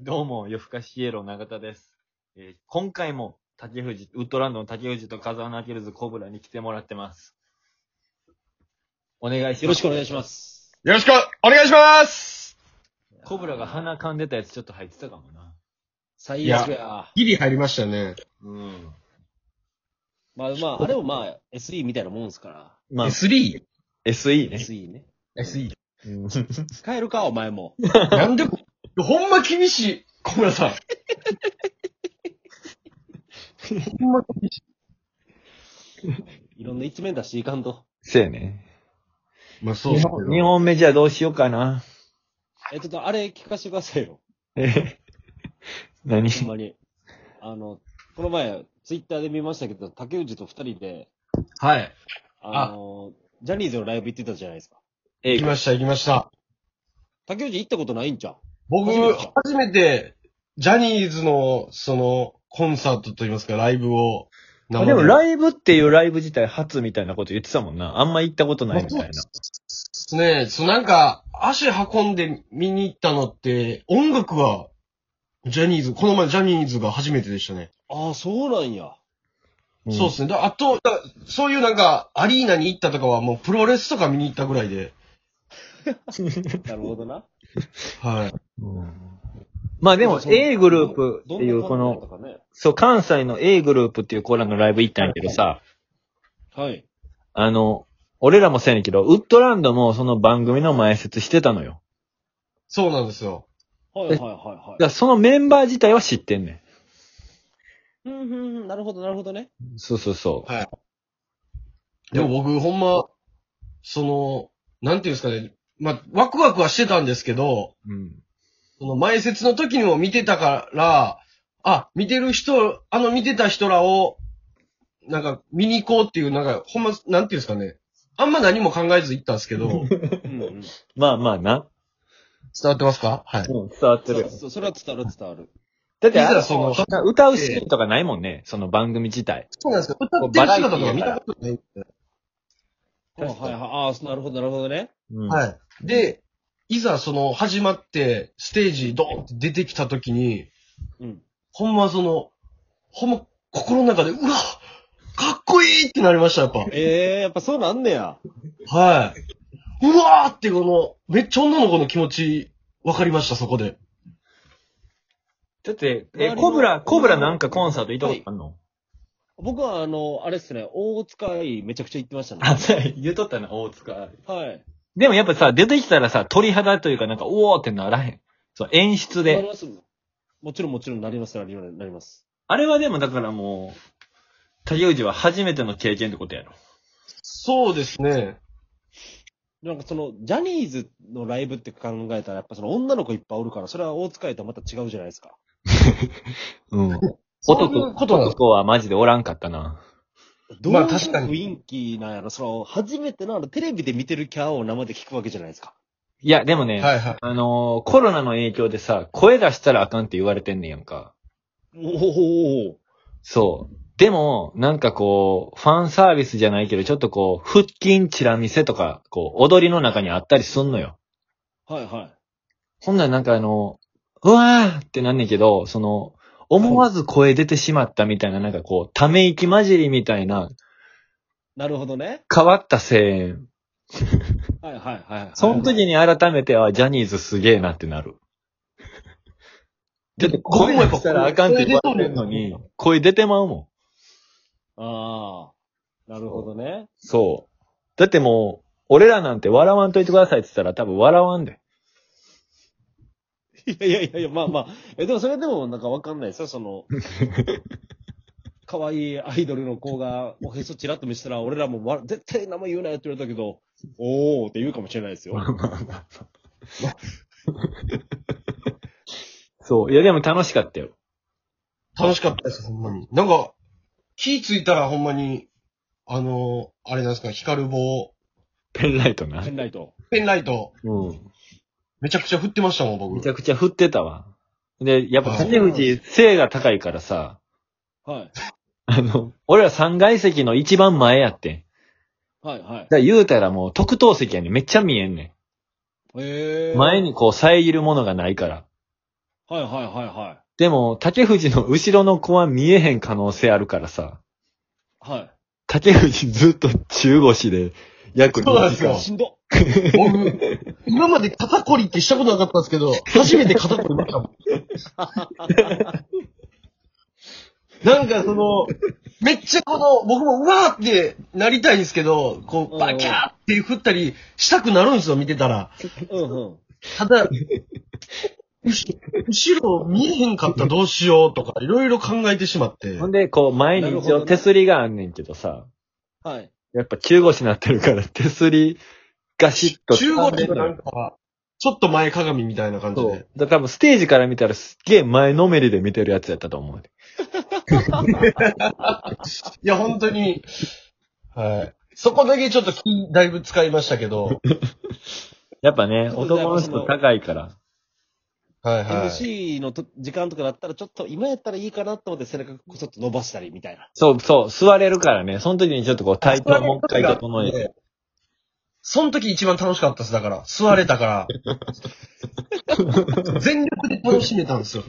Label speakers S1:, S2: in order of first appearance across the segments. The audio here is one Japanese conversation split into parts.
S1: どうも、夜更かしイエロー永田です。えー今回も、竹藤、ウッドランドの竹藤と風穴キルズコブラに来てもらってます。お願いします。
S2: よろしくお願いします。
S3: よろしくお願いします
S1: コブラが鼻噛んでたやつちょっと入ってたかもな。
S2: 最悪や。
S3: ギリ入りましたね。
S1: うん。
S2: まあまあ、あれもまあ、SE みたいなもんですか
S1: ま
S3: S3?SE?
S1: SE
S2: ら。。SE ね。使えるか、お前も。
S3: なんで、 ほんま厳しい。小村さん。
S2: いろんな一面出していかんと。
S1: そうやね。
S3: まあそ
S1: 日本二本目じゃあどうしようかな。
S2: え、ちょっとあれ聞かせてくださいよ。
S1: え何
S2: ほんまに。あの、この前、ツイッターで見ましたけど、竹内と二人で、
S3: はい。
S2: あの、ジャニーズのライブ行ってたじゃないですか。
S1: え
S3: 行きました、行きました。
S2: 竹内行ったことないんちゃう
S3: 僕、
S2: 初めてですか
S3: 初めて、ジャニーズの、その、コンサートといいますか、ライブを、
S1: あでも
S3: イ
S1: ライブっていうライブ自体初みたいなこと言ってたもんな。あんま行ったことないみたいな。
S3: ブね、そうなんか、足運んで見に行ったのって、音楽は、ジャニーズ、この前ジャニーズが初めてでしたね。
S2: ああ、そうなんや。
S3: そうですね。だあと、だそういうなんか、アリーナに行ったとかはもうプロレスとか見に行ったぐらいで。
S2: なるほどな。
S3: はい。
S1: うんまあでも A グループっていうこ
S2: ど
S1: の、
S2: んな感じだっ
S1: そう、関西の A グループっていうコーラのライブ行ったんやけどさ、
S2: たかね。はい。
S1: あの、俺らもそうやねんけど、ウッドランドもその番組の前説してたのよ。
S3: そうなんですよ。
S2: はいはいはいは
S1: だからそのメンバー自体は知ってんね
S2: い。うんうんうん、なるほどなるほどね。
S1: ん。そうそうそ
S3: でも僕、ほんま、その、なんていうんですかね。まあ、ワクワクはしてたんですけど、
S1: う。うん。
S3: その前説の時にも見てたから、あ、見てる人、あの見てた人らを、なんか見に行こうっていう、なんか、ほんま、なんていうんですかね。あんま何も考えず行ったんですけど。 伝
S2: うんうん。
S1: まあまあな。
S3: わってますかはい。
S1: うん、伝わってるよ。
S2: そそれは伝わる伝わる。
S1: だって、
S3: い
S1: あ
S3: ざ
S1: れ
S3: その、そ
S1: 歌うシーンとかないもんね、その番組自体。
S3: うなんですよ。歌ってる姿とか見たことないんで。
S2: あはい
S1: 確か
S2: は
S1: に
S2: い。ああ、なるほど、なるほどね。
S1: うん
S3: はい。で、いざその始まって、ステージドーンって出てきたときに、
S2: うん。
S3: ほんまその、ほんま心の中で、うわかっこいいってなりました、やっぱ。
S2: ええやっぱそうなんねや。
S3: はい。うわーってこの、めっちゃ女の子の気持ち、わかりました、そこで。
S1: だって、
S2: 周り
S1: え、
S2: の
S1: コブラ、コブラなんかコンサート行ったことあんの、
S2: 僕はあの、あれっすね、大塚愛めちゃくちゃ行ってましたね。
S1: あ、そうや言うとったな、大塚。
S2: はい。
S1: でもやっぱさ、出てきたらさ、鳥肌というかなんか、おーってならへん。そう、演出
S2: なり
S1: で。
S2: ますもちろんもちろんなります、なります、なります。
S1: あれはでもだからもう、竹内は初めての経験ってことやろ。
S3: そうですね。
S2: なんかその、ジャニーズのライブって考えたら、やっぱその女の子いっぱいおるから、それは大塚愛とはまた違うじゃないですか。
S1: うん。
S3: そうい
S1: 男、
S3: うことなんです
S1: 男はマジでおらんかったな。
S2: どうい
S3: ま
S2: う
S3: あ確かに
S2: 雰囲気なんやろ、その、初めてのあの、テレビで見てるキャーを生で聞くわけじゃないですか。
S1: いや、でもね、
S3: はいはい。
S1: あのーコロナの影響でさ、声出したらあかんって言われてんねやんか。
S2: おお
S1: そう。でも、なんかこう、ファンサービスじゃないけど、ちょっとこう、腹筋チラ見せとか、こう、踊りの中にあったりすんのよ。
S2: はいは
S1: ほんならなんかあの、うわーってなんねんけど、その、思わず声出てしまったみたいな、なんかこう、ため息混じりみたいな、
S2: い。なるほどね。
S1: 変わった声援。
S2: はいはいはいはい。
S1: その時に改めて、あ、ジャニーズすげえなってなる。だって声出したらあかんって言われてんのに、声出てまうもん。
S2: ああ、なるほどね。
S1: そう。だってもう、俺らなんて笑わんといてくださいって言ったら多分笑わんで。
S2: いやいやいやいや、まあまあ。え、でもそれでもなんかわかんないですよ、その。可愛いアイドルの子がおへそチラッと見せたら、俺らもわ絶対名前言うなよって言われたけど、おーって言うかもしれないですよ。
S1: そう。いやでも楽しかったよ。
S3: 楽しかったです、ほんまに。なんか、気ついたらほんまに、あのあれなんですか、光る棒、
S1: ペンライトな
S2: ペ。ンライト。
S3: ペンライト、
S1: うん。
S3: めちゃくちゃ振ってましたもん、
S1: め
S3: 僕
S1: ち。ゃくちゃ振ってたわ。で、やっぱ竹藤、背が高いからさ、
S2: はい。
S1: あの、俺ら3階席の一番前やってん。
S2: はいはい。
S1: だから言うたらもう特等席やねんめっちゃ見えんね
S2: へえ。
S1: ん。前にこう遮るものがないから。
S2: はいはいはいは
S1: でも、竹藤の後ろの子は見えへん可能性あるからさ。
S2: い。はい。
S1: 竹藤ずっと中腰で約
S3: そうなん
S1: 2時
S3: ですよ
S1: 間。
S2: しんど。
S3: 僕、今まで肩こりってしたことなかったんですけど、初めて肩こりましたもん。なんかその、めっちゃこの、僕もうわーってなりたいんですけど、こう、バキャーって振ったりしたくなるんですよ、見てたら。
S2: うんうん。
S3: ただ、うし後ろ見えへんかったらどうしようとか、いろいろ考えてしまって
S1: ほ。んで、こう前に一応手すりがあんねんけどさ。
S2: はい。
S1: やっぱ中腰になってるから手すりガシッと
S3: 中
S1: 掴んで
S3: 国
S1: んの
S3: のなんかは、ちょっと前鏡みたいな感じ
S1: そう。
S3: で
S1: だ。から多分ステージから見たらすっげえ前のめりで見てるやつやったと思う。
S3: いや、本当に、はい。そこだけちょっと気、だいぶ使いました けど、
S1: やっぱね、
S2: そう
S1: 男の人高いから。
S3: はいはい。
S2: MC のと時間とかだったら、ちょっと今やったらいいかなと思って背中こそっと伸ばしたりみたいな。
S1: そうそう、座れるからね。その時にちょっとこう体調もう一回整えて。
S3: て。その時一番楽しかったです、だから。座れ たから。全力で楽しめたんです よ。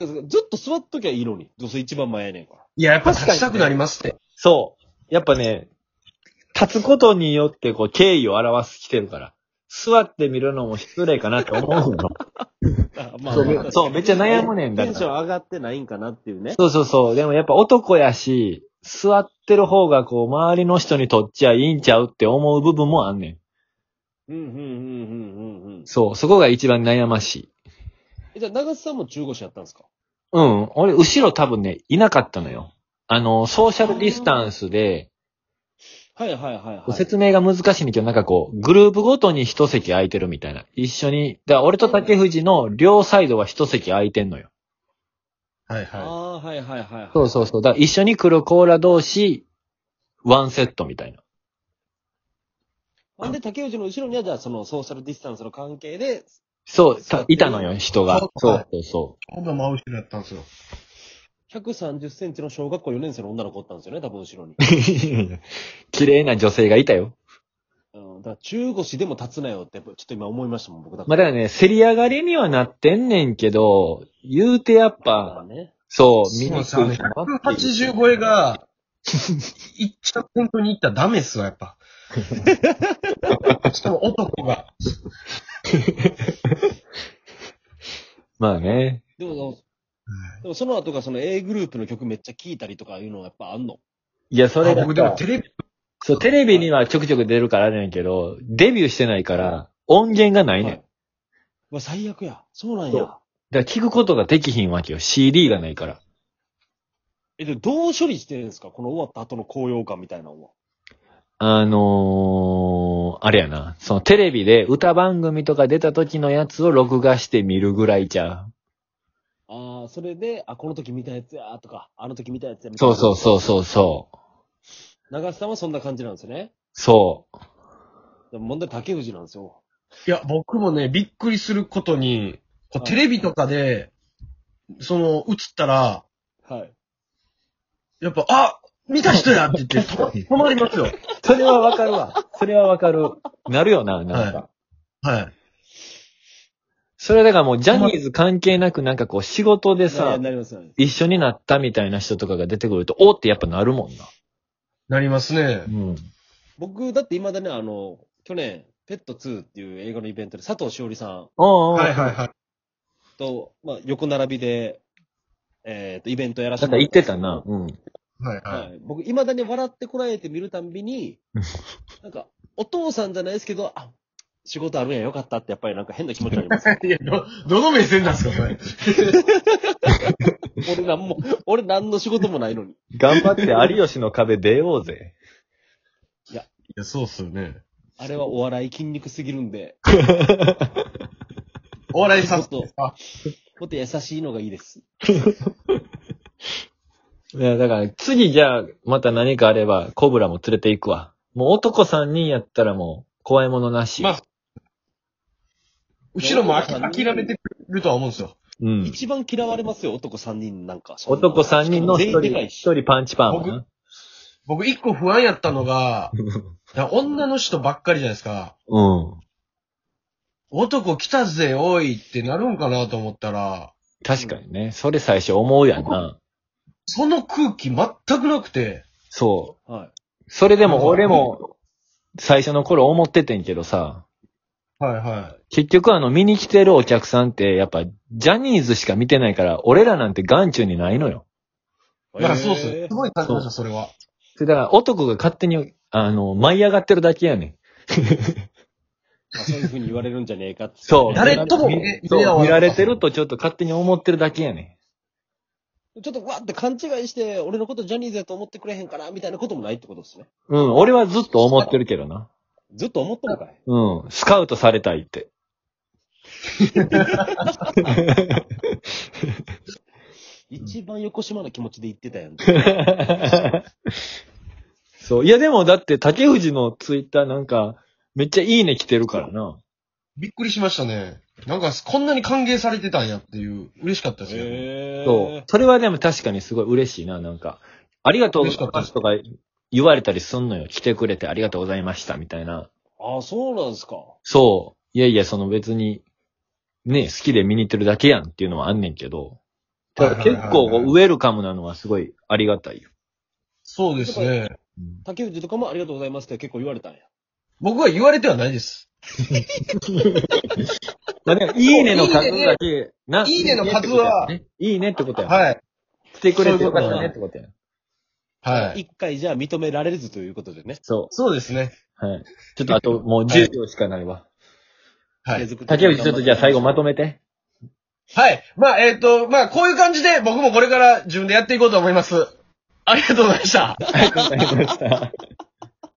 S2: ずっと座っときゃいいのに。どうせ一番前やねんから。
S3: いや、やっぱ立ちたくなりますって。
S1: そう。やっぱね、立つことによってこう敬意を表す来てるから。座ってみるのも失礼かなって思うの。
S2: あま
S1: そうめそう、めっちゃ悩むねんだか
S2: テン
S1: ら
S2: ション上がってないんかなっていうね。
S1: そうそうそう。でもやっぱ男やし、座ってる方がこう、周りの人にとっちゃいいんちゃうって思う部分もあんねん。
S2: うんうんうんうんうんうん。
S1: そう、そこが一番悩ましい。
S2: えじゃあ、長瀬さんも中腰やったんですか
S1: うん、俺、後ろ多分ね、いなかったのよ。あの、ソーシャルディスタンスで、
S2: はいはいはいはい。
S1: こう説明が難しいんだけど、なんかこう、グループごとに一席空いてるみたいな。一緒に、だから俺と竹藤の両サイドは一席空いてんのよ。
S3: はい
S2: あ
S3: は
S2: あ、はいはいはいはい。
S1: そうそうそう。だから一緒に来るコーラ同士、ワンセットみたいな。
S2: なんで、竹内の後ろには、じゃあ、そのソーシャルディスタンスの関係で、
S1: そう、たいたのよ、人が。
S3: そ
S1: そううそうそう。
S3: い。ほんと真後ろやったんですよ。
S2: 130センチの小学校4年生の女の子おったんですよね、多分 後ろに。
S1: 綺麗な女性がいたよ。
S2: うん、だから中腰でも立つなよって、やっぱちょっと今思いましたもん、僕だ
S1: まあ、だからね、競り上がりにはなってんねんけど、言うてやっぱ、
S2: ね。
S1: そう、見
S3: そう
S1: に
S3: ですよ
S1: く
S3: ね
S1: いかなっていう。
S3: 180超えが、いっちゃ本当に行ったらダメっすわ、や っぱ。しかも男が。
S1: まあね。
S2: でも、でもその後がその A グループの曲めっちゃ聴いたりとかいうのはやっぱあんの。
S1: いや、それ
S3: あ
S1: が
S3: 僕でもテレビ
S1: そう、テレビにはちょくちょく出るからあれやねんけど、デビューしてないから、音源がないねん。
S2: はいまあ最悪や。そうなん
S1: そ
S2: や。
S1: だから聞くことができひんわけよ。CD がないから。
S2: え、で、どう処理してるんですかこの終わった後の高揚感みたいなのは。
S1: あのー、あれやな。そのテレビで歌番組とか出た時のやつを録画して見るぐらいちゃう。
S2: ああ、それで、あ、この時見たやつやとか、あの時見たやつやみたい
S1: そう
S2: な。
S1: そうそうそうそう。
S2: う。長瀬さんはそんな感じなんですよね。
S1: そう。
S2: でも問題竹藤なんですよ。
S3: いや、僕もね、びっくりすることに、こ
S2: は
S3: う
S2: い
S3: テレビとかで、その、映ったら、
S2: はい。
S3: やっぱ、あ見た人やって言って、止ま止まりますよ。
S1: それはわかるわ。それはわかる。なるよな、なんか。
S3: はい。
S1: それだからもうジャニーズ関係なくなんかこう仕事で
S2: な
S1: さ、
S2: なりますよね。
S1: 一緒になったみたいな人とかが出てくると、おーってやっぱなるもんな。
S3: なりますね。
S1: うん。
S2: 僕、だって未だね、あの、去年、ペット2っていう映画のイベントで、佐藤しおりさん
S1: おーおー
S3: はいはいはい。
S2: と、まあ、横並びで、えっ、と、イベントやらせ
S1: な
S2: て
S1: んから言
S2: もっ
S1: ったてたな。。うん。
S3: はいは。
S2: はいい。僕、未だに笑ってこられて見るたんびに
S1: うん、
S2: なんか、お父さんじゃないですけど、あ、仕事あるんや、よかったって、やっぱりなんか変な気持ちになります。
S3: いや、ど、どの目線なんですか、これ。
S2: 俺なんも、俺なんの仕事もないのに。
S1: 頑張って有吉の壁出ようぜ。
S3: いや、そうっすよね。
S2: あれはお笑い筋肉すぎるんで、
S3: お笑いさん
S2: もっ。と
S3: あ、
S2: もっと優しいのがいいです。
S1: いや、だから次じゃあまた何かあればコブラも連れて行くわ。もう男3人やったらもう怖いものなし。
S3: まあ後ろもあき諦めてくるとは思うんですよ。
S1: うん。
S2: 一番嫌われますよ、男3人なんか。そんな
S1: 男3人の
S2: 全員
S1: 1
S2: でか
S1: 人、
S2: いし
S1: 一人パンチパーマな。
S3: 僕一個不安やったのが、いや女の人ばっかりじゃないですか。
S1: うん。
S3: 男来たぜ、おいってなるんかなと思ったら、
S1: 確かにね。それ最初思うやんな。
S3: その空気全くなくて、
S1: そ
S2: は
S1: う。それでも俺も、最初の頃思っててんけどさ、
S3: はいは
S1: 結局あの見に来てるお客さんってやっぱジャニーズしか見てないから、俺らなんて眼中にないのよ。
S3: い。
S2: い。
S3: いや、そうっす。
S2: へ
S3: す
S2: ー
S3: ごい感じました、それは。
S1: それだから男が勝手に、あの、舞い上がってるだけやねん。
S2: まあそういうふうに言われるんじゃねえかって。
S1: そう。
S3: 誰とも見れ
S1: そう
S3: 見れ合わなかった
S1: 見られてるとちょっと勝手に思ってるだけやね
S2: ちょっとわーって勘違いして、俺のことジャニーズやと思ってくれへんかな、みたいなこともないってことですね。
S1: ん。うん。俺はずっと思ってるけどな。
S2: ずっと思ったのかい。
S1: うん。スカウトされたいって。
S2: 一番横島な気持ちで言ってた やん。
S1: そう。いやでもだって竹藤のツイッターなんか、めっちゃいいね来てるからな。
S3: びっくりしましたね。なんか、こんなに歓迎されてたんやっていう、嬉しかったですけど、
S2: へ
S1: そう。それはでも確かにすごい嬉しいな、なんか。ありがとうございますとか言われたりすんのよ。来てくれてありがとうございました、みたいな。
S2: ああ、そうなんですか。
S1: そう。いやいや、その別に、ね、好きで見に行ってるだけやんっていうのはあんねんけど。だから結構こうウェルカムなのはすごいありがたいよ。
S3: そうですね。
S2: 竹内とかもありがとうございますって結構言われたんや。
S3: 僕は言われてはないです。
S1: まあでも、いいねの数だけ、な、
S3: いいねの数は、
S1: いいねってことやん。
S3: はい。
S1: 来てくれてよかったねってことやん。
S3: はい。
S2: 一回じゃあ認められずということでね。
S1: そ
S3: そうですね。
S1: う。はい。ちょっとあともう10秒しかないわ。
S3: はい
S2: 継。続的に
S1: 竹内ちょっとじゃあ最後まとめ て。
S3: はい。まあ、えっ、と、まあ、こういう感じで僕もこれから自分でやっていこうと思います。ありがとうございました。
S1: ありがとうございました。